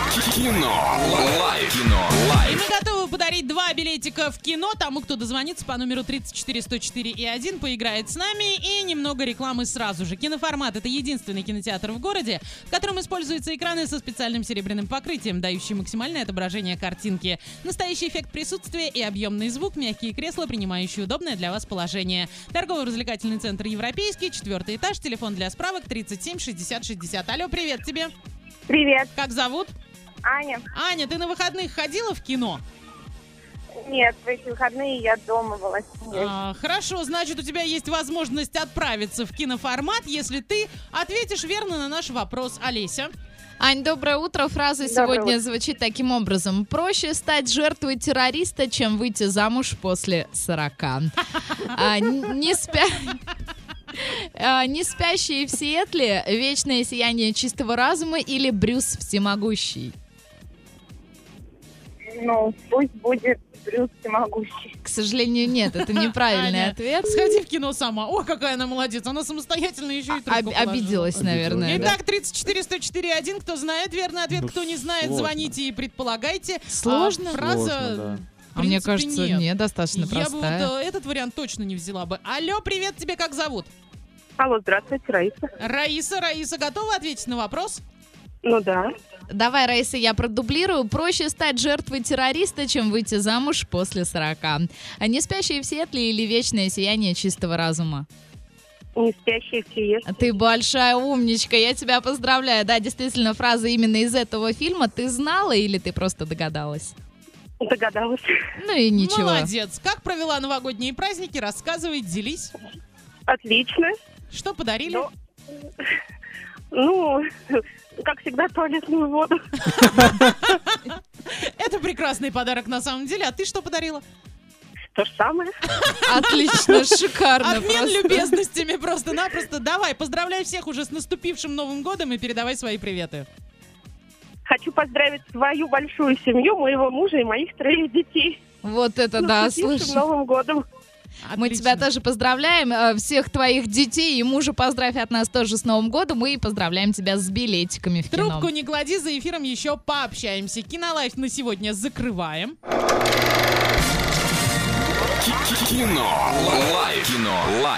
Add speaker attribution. Speaker 1: Кино. Лайф. Кино.
Speaker 2: И
Speaker 1: Лайф.
Speaker 2: мы готовы подарить два билетика в кино тому, кто дозвонится по номеру 34104 и 1, поиграет с нами и немного рекламы сразу же. Киноформат — это единственный кинотеатр в городе, в котором используются экраны со специальным серебряным покрытием, дающие максимальное отображение картинки, настоящий эффект присутствия и объемный звук, мягкие кресла, принимающие удобное для вас положение. Торгово-развлекательный центр «Европейский», четвертый этаж, телефон для справок 37 60 60. Алло, привет тебе!
Speaker 3: Привет,
Speaker 2: Как зовут?
Speaker 3: Аня.
Speaker 2: Аня, ты на выходных ходила в кино?
Speaker 3: Нет, в эти выходные я дома была с семьей.
Speaker 2: А, хорошо, значит, у тебя есть возможность отправиться в киноформат, если ты ответишь верно на наш вопрос, Олеся.
Speaker 4: Ань, доброе утро. Фраза
Speaker 3: Доброе
Speaker 4: сегодня звучит таким образом. Проще стать жертвой террориста, чем выйти замуж после 40. А, н- не, спя- А, не спящие в Сиэтле, вечное сияние чистого разума или Брюс всемогущий?
Speaker 3: Ну, пусть будет Брюс всемогущий.
Speaker 4: К сожалению, нет, это неправильный
Speaker 2: Аня,
Speaker 4: ответ.
Speaker 2: Сходи в кино сама. О, какая она молодец. Она самостоятельно еще и трубку
Speaker 4: А, Об-
Speaker 2: положила.
Speaker 4: обиделась, наверное. да.
Speaker 2: Итак, 34104.1. Кто знает верный ответ,
Speaker 5: Ну,
Speaker 2: кто не знает,
Speaker 5: сложно.
Speaker 2: звоните и предполагайте. А,
Speaker 4: Сложно?
Speaker 2: фраза...
Speaker 5: Сложно,
Speaker 2: в
Speaker 4: А мне
Speaker 2: принципе,
Speaker 4: кажется,
Speaker 2: нет.
Speaker 4: нет, достаточно
Speaker 2: Я бы вот
Speaker 4: простая.
Speaker 2: э, этот вариант точно не взяла бы. Алло, привет, тебе как зовут?
Speaker 3: Алло, здравствуйте, Раиса.
Speaker 2: Раиса, Раиса, готова ответить на вопрос?
Speaker 3: Ну да.
Speaker 4: Давай, Раиса, я продублирую. Проще стать жертвой террориста, чем выйти замуж после 40. А не спящие в Сиэтле или вечное сияние чистого разума?
Speaker 3: Не спящий
Speaker 4: А Ты большая умничка, я тебя поздравляю. Да, действительно, фраза именно из этого фильма. Ты знала или ты просто догадалась?
Speaker 3: Догадалась.
Speaker 4: Ну и ничего.
Speaker 2: Молодец. Как провела новогодние праздники? Рассказывай, делись.
Speaker 3: Отлично.
Speaker 2: Что подарили?
Speaker 3: Ну, Ну, как всегда, туалетную воду.
Speaker 2: Это прекрасный подарок на самом деле. А ты что подарила?
Speaker 3: То же самое.
Speaker 4: Отлично, шикарно.
Speaker 2: Обмен
Speaker 4: просто.
Speaker 2: любезностями просто-напросто. Давай, поздравляй всех уже с наступившим Новым годом и передавай свои приветы.
Speaker 3: Хочу поздравить свою большую семью, моего мужа и моих троих детей. Ну,
Speaker 4: Вот это
Speaker 2: Ну,
Speaker 4: да,
Speaker 3: С наступившим
Speaker 4: слышишь.
Speaker 3: Новым годом.
Speaker 4: Мы
Speaker 2: Отлично.
Speaker 4: тебя тоже поздравляем, э, всех твоих детей и мужа поздравь от нас тоже с Новым годом и поздравляем тебя с билетиками в кино.
Speaker 2: Трубку не клади, за эфиром еще пообщаемся. Кинолайф на сегодня закрываем.
Speaker 1: Кино. Лайф. Кино. Лайф.